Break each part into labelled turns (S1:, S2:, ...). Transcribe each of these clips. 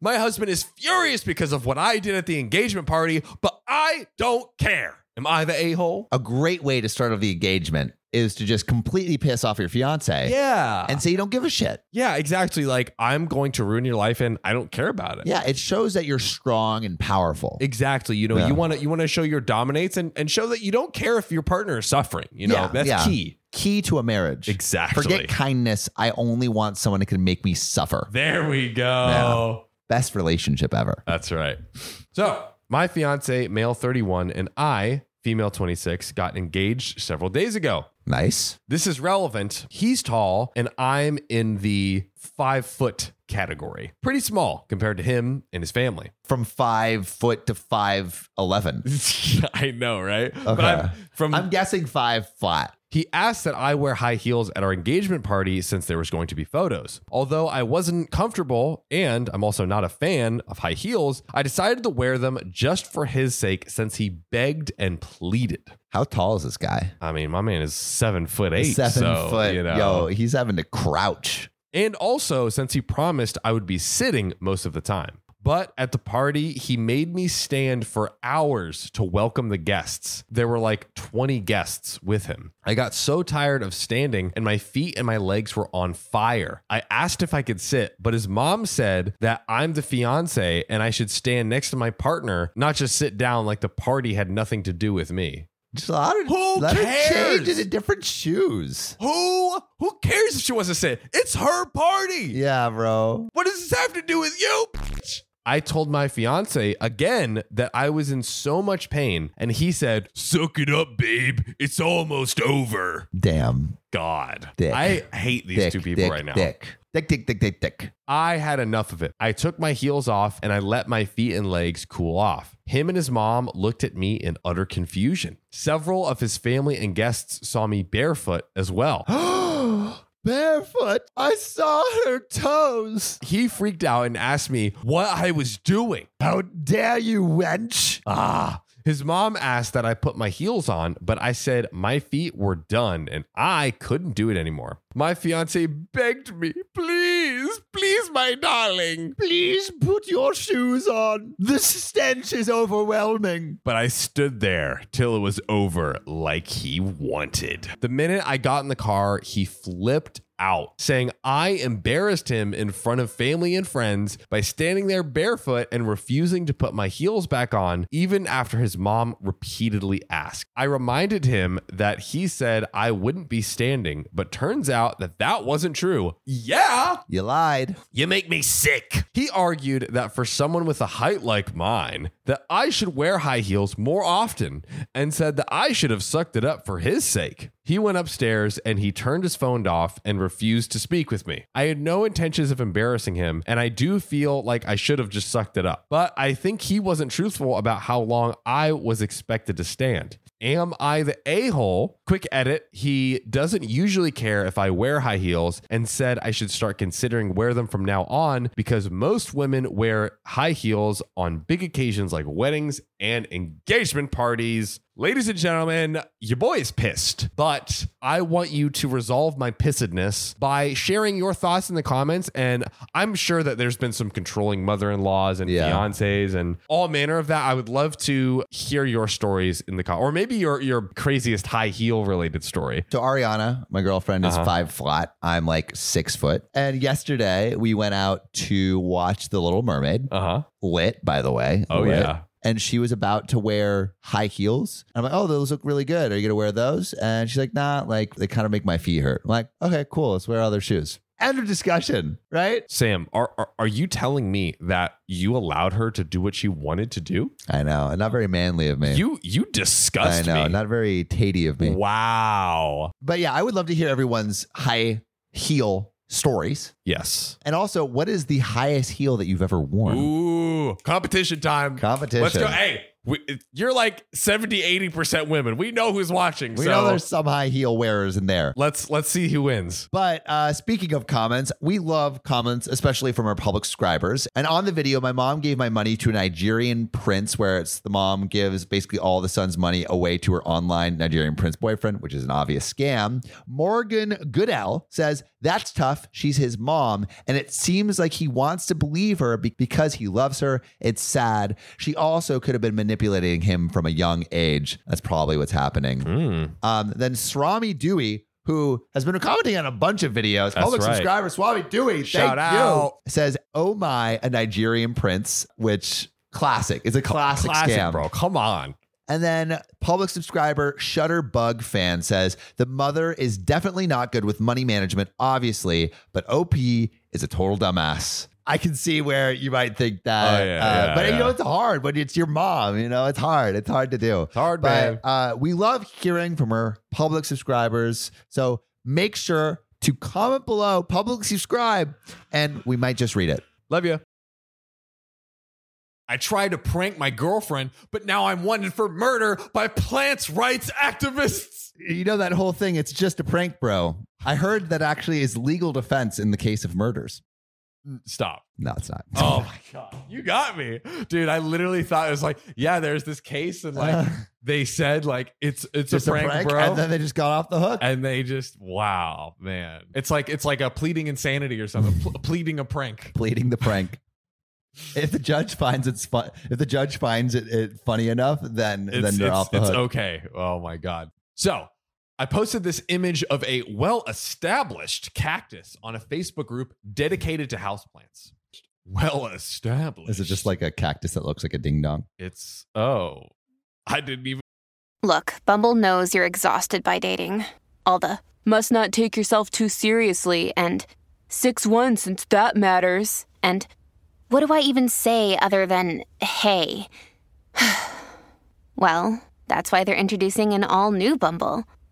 S1: My husband is furious because of what I did at the engagement party, but I don't care. Am I the a hole?
S2: A great way to start off the engagement is to just completely piss off your fiance
S1: Yeah.
S2: and say you don't give a shit.
S1: yeah, exactly. Like, I'm going to ruin your life and I don't care about it.
S2: Yeah, it shows that you're strong and powerful.
S1: Exactly. You know,
S2: Yeah.
S1: you want to you want to show your dominance and, and show that you don't care if your partner is suffering. You know,
S2: Yeah,
S1: that's
S2: yeah.
S1: key.
S2: Key to a marriage.
S1: Exactly.
S2: Forget kindness. I only want someone who can make me suffer.
S1: there we go.
S2: Best relationship ever.
S1: That's right. So, my fiance, male 31, and I, female 26, got engaged several days ago.
S2: Nice.
S1: This is relevant. He's tall, and I'm in the five foot category. Pretty small compared to him and his family.
S2: From five foot to five eleven.
S1: I know, right? But I'm from
S2: I'm guessing five flat.
S1: He asked that I wear high heels at our engagement party since there was going to be photos. Although I wasn't comfortable and I'm also not a fan of high heels, I decided to wear them just for his sake since he begged and pleaded.
S2: How tall is this guy?
S1: I mean, my man is seven foot eight.
S2: Seven
S1: so,
S2: foot.
S1: You know.
S2: Yo, he's having to crouch.
S1: And also, since he promised I would be sitting most of the time. But at the party, he made me stand for hours to welcome the guests. There were like 20 guests with him. I got so tired of standing, and my feet and my legs were on fire. I asked if I could sit, but his mom said that I'm the fiance and I should stand next to my partner, not just sit down like the party had nothing to do with me.
S2: Just a lot of
S1: Who
S2: lot of change
S1: cares?
S2: into different shoes.
S1: Who who cares if she wants to sit? It's her party.
S2: Yeah, bro.
S1: What does this have to do with you? bitch? I told my fiance again that I was in so much pain, and he said, Suck it up, babe. It's almost over.
S2: Damn.
S1: God.
S2: Dick.
S1: I hate these
S2: dick,
S1: two people
S2: dick,
S1: right now.
S2: Dick. Dick, dick, dick, dick, dick.
S1: I had enough of it. I took my heels off and I let my feet and legs cool off. Him and his mom looked at me in utter confusion. Several of his family and guests saw me barefoot as well.
S2: Barefoot. I saw her toes.
S1: He freaked out and asked me what I was doing.
S2: How dare you, wench?
S1: Ah. His mom asked that I put my heels on, but I said my feet were done and I couldn't do it anymore. My fiance begged me, please, please, my darling.
S2: Please put your shoes on. The stench is overwhelming.
S1: But I stood there till it was over like he wanted. The minute I got in the car, he flipped out, saying I embarrassed him in front of family and friends by standing there barefoot and refusing to put my heels back on, even after his mom repeatedly asked. I reminded him that he said I wouldn't be standing, but turns out that that wasn't true. Yeah,
S2: You lied.
S1: you make me sick. He argued that for someone with a height like mine, that I should wear high heels more often and said that I should have sucked it up for his sake. He went upstairs and he turned his phone off and refused to speak with me. I had no intentions of embarrassing him and I do feel like I should have just sucked it up. But I think he wasn't truthful about how long I was expected to stand. Am I the a hole? Quick edit. He doesn't usually care if I wear high heels and said I should start considering wear them from now on because most women wear high heels on big occasions like weddings and engagement parties. Ladies and gentlemen, your boy is pissed, but I want you to resolve my pissedness by sharing your thoughts in the comments. And I'm sure that there's been some controlling mother in laws and
S2: Yeah.
S1: fiancés and all manner of that. I would love to hear your stories in the com or maybe your your craziest high heel related story.
S2: So Ariana, my girlfriend, is
S1: Uh-huh.
S2: five flat. I'm like six foot. And yesterday we went out to watch The Little Mermaid.
S1: Uh huh.
S2: Lit, by the way.
S1: Oh
S2: Lit.
S1: yeah.
S2: And she was about to wear high heels. I'm like, oh, those look really good. Are you gonna wear those? And she's like, nah, like they kind of make my feet hurt. I'm like, okay, cool. Let's wear other shoes. End of discussion, right?
S1: Sam, are, are are you telling me that you allowed her to do what she wanted to do?
S2: I know. And not very manly of me.
S1: You you
S2: I
S1: disgust
S2: know,
S1: me.
S2: not very tatty of me.
S1: wow.
S2: But yeah, I would love to hear everyone's high heel stories.
S1: Yes.
S2: And also, what is the highest heel that you've ever worn?
S1: Ooh, competition time.
S2: Competition.
S1: Let's go. Hey, we, you're like 70, 80% women. We know who's watching.
S2: We
S1: so
S2: know there's some high heel wearers in there.
S1: let's let's see who wins.
S2: But uh, speaking of comments, we love comments, especially from our public subscribers. And on the video, my mom gave my money to a Nigerian prince, where it's the mom gives basically all the son's money away to her online Nigerian prince boyfriend, which is an obvious scam. Morgan Goodell says, That's tough. She's his mom. And it seems like he wants to believe her be- because he loves her. It's sad. She also could have been manipulating him from a young age. That's probably what's happening. Um, then Srami Dewey, who has been commenting on a bunch of videos, public
S1: right.
S2: subscriber Swami Dewey,
S1: Shout
S2: thank
S1: out.
S2: you, says, "Oh my, a Nigerian prince," which classic. It's a classic,
S1: Classic,
S2: scam.
S1: bro. Come on.
S2: And then public subscriber Shutterbug fan says, "The mother is definitely not good with money management, obviously, but OP is a total dumbass." I can see where you might think that,
S1: Oh, yeah,
S2: uh,
S1: yeah,
S2: but you
S1: yeah.
S2: know it's hard when it's your mom. You know it's hard. It's hard to do.
S1: It's hard, man.
S2: But uh, we love hearing from our public subscribers. So make sure to comment below, publicly subscribe, and we might just read it.
S1: Love you. I tried to prank my girlfriend, but now I'm wanted for murder by plants rights activists.
S2: You know that whole thing, it's just a prank, bro. I heard that actually is legal defense in the case of murders.
S1: Stop.
S2: No, it's not.
S1: Oh my god. You got me. Dude, I literally thought it was like, yeah, there's this case and like they said like it's it's
S2: just
S1: Uh. a prank, bro.
S2: And then they just got off the hook.
S1: and they just wow man it's like it's like a pleading insanity or something Ple- pleading a prank
S2: pleading the prank. If the judge finds it's fun, if the judge finds it, it funny enough, then
S1: it's,
S2: then they're
S1: it's-
S2: off the
S1: it's
S2: hook.
S1: okay oh my god so i posted this image of a well-established cactus on a facebook group dedicated to houseplants well-established
S2: Is it just like a cactus that looks like a ding dong?
S1: it's oh i didn't even
S3: Look, Bumble knows you're exhausted by dating. All the must not take yourself too seriously and 6 1 since that matters. And what do I even say other than hey? well, that's why they're introducing an all new Bumble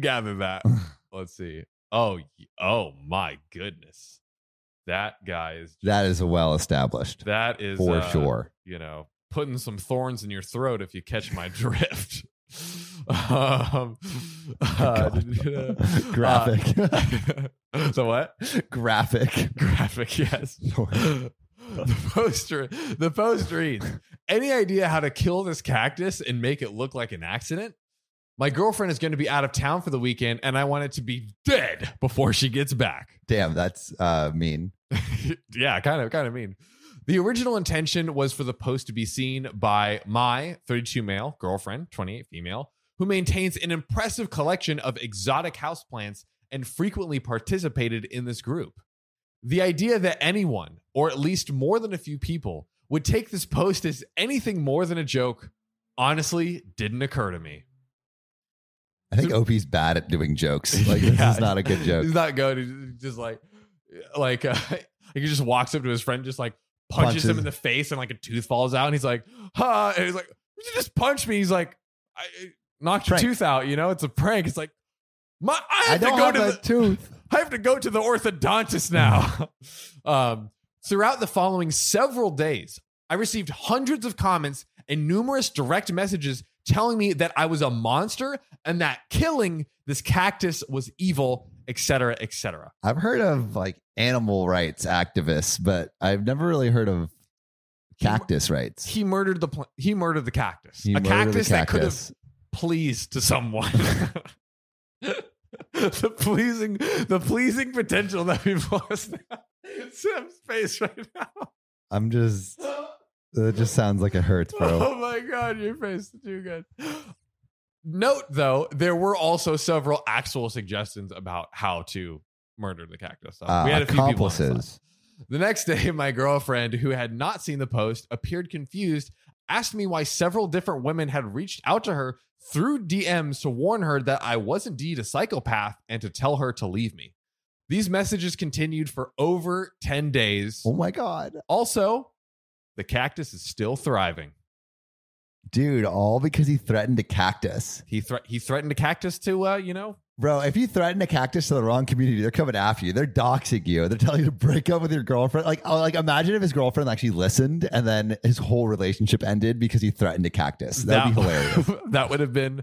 S1: gather that let's see oh y- oh my goodness that guy is
S2: That is well established
S1: that is
S2: for
S1: uh,
S2: sure.
S1: you know, putting some thorns in your throat if you catch my drift. um, uh,
S2: God.
S1: uh,
S2: Graphic.
S1: uh, the what?
S2: Graphic.
S1: Graphic, yes. the poster the post reads any idea how to kill this cactus and make it look like an accident my girlfriend is going to be out of town for the weekend and i want it to be dead before she gets back
S2: Damn, that's uh, mean.
S1: yeah, kind of, kind of mean. The original intention was for the post to be seen by my 32 male girlfriend, 28 female, who maintains an impressive collection of exotic houseplants and frequently participated in this group. The idea that anyone, or at least more than a few people, would take this post as anything more than a joke honestly didn't occur to me.
S2: I think OP's bad at doing jokes. Like this
S1: Yeah.
S2: is not a good joke.
S1: He's not good. He's just like, like, uh, like he just walks up to his friend, just like punches,
S2: Punches.
S1: him in the face, and like a tooth falls out, and he's like, "Huh?" And he's like, "You just punch me." He's like, "I I knocked
S2: Prank.
S1: your tooth out." You know, it's a prank. It's like, my, I
S2: I
S1: have
S2: don't
S1: to go
S2: have
S1: to
S2: a
S1: the,
S2: tooth.
S1: I have to go to the orthodontist now. um, throughout the following several days, I received hundreds of comments and numerous direct messages telling me that I was a monster and that killing this cactus was evil, etc., cetera, etc. Cetera.
S2: I've heard of like animal rights activists, but I've never really heard of cactus rights.
S1: He murdered the pl- he murdered the cactus,
S2: He
S1: a
S2: murdered
S1: cactus,
S2: the
S1: that could have pleased to someone. the pleasing, the pleasing potential that we've lost. now. Sam's face right
S2: I'm just.
S1: now.
S2: That just sounds like it hurts, bro.
S1: Oh my god, your face is too good. Note though, there were also several actual suggestions about how to murder the cactus. So
S2: Uh,
S1: we had a few people on the side.
S2: accomplices.
S1: The next day, my girlfriend, who had not seen the post, appeared confused, asked me why several different women had reached out to her through DMs to warn her that I was indeed a psychopath and to tell her to leave me. These messages continued for over 10 days.
S2: Oh my god,
S1: Also, the cactus is still thriving.
S2: dude! All because he threatened a cactus,
S1: He, thre- he threatened a cactus to, uh, you know,
S2: bro. If you threaten a cactus to the wrong community, they're coming after you. They're doxing you. They're telling you to break up with your girlfriend. Like, oh, like imagine if his girlfriend actually listened, and then his whole relationship ended because he threatened a cactus. That'd be hilarious.
S1: that would have been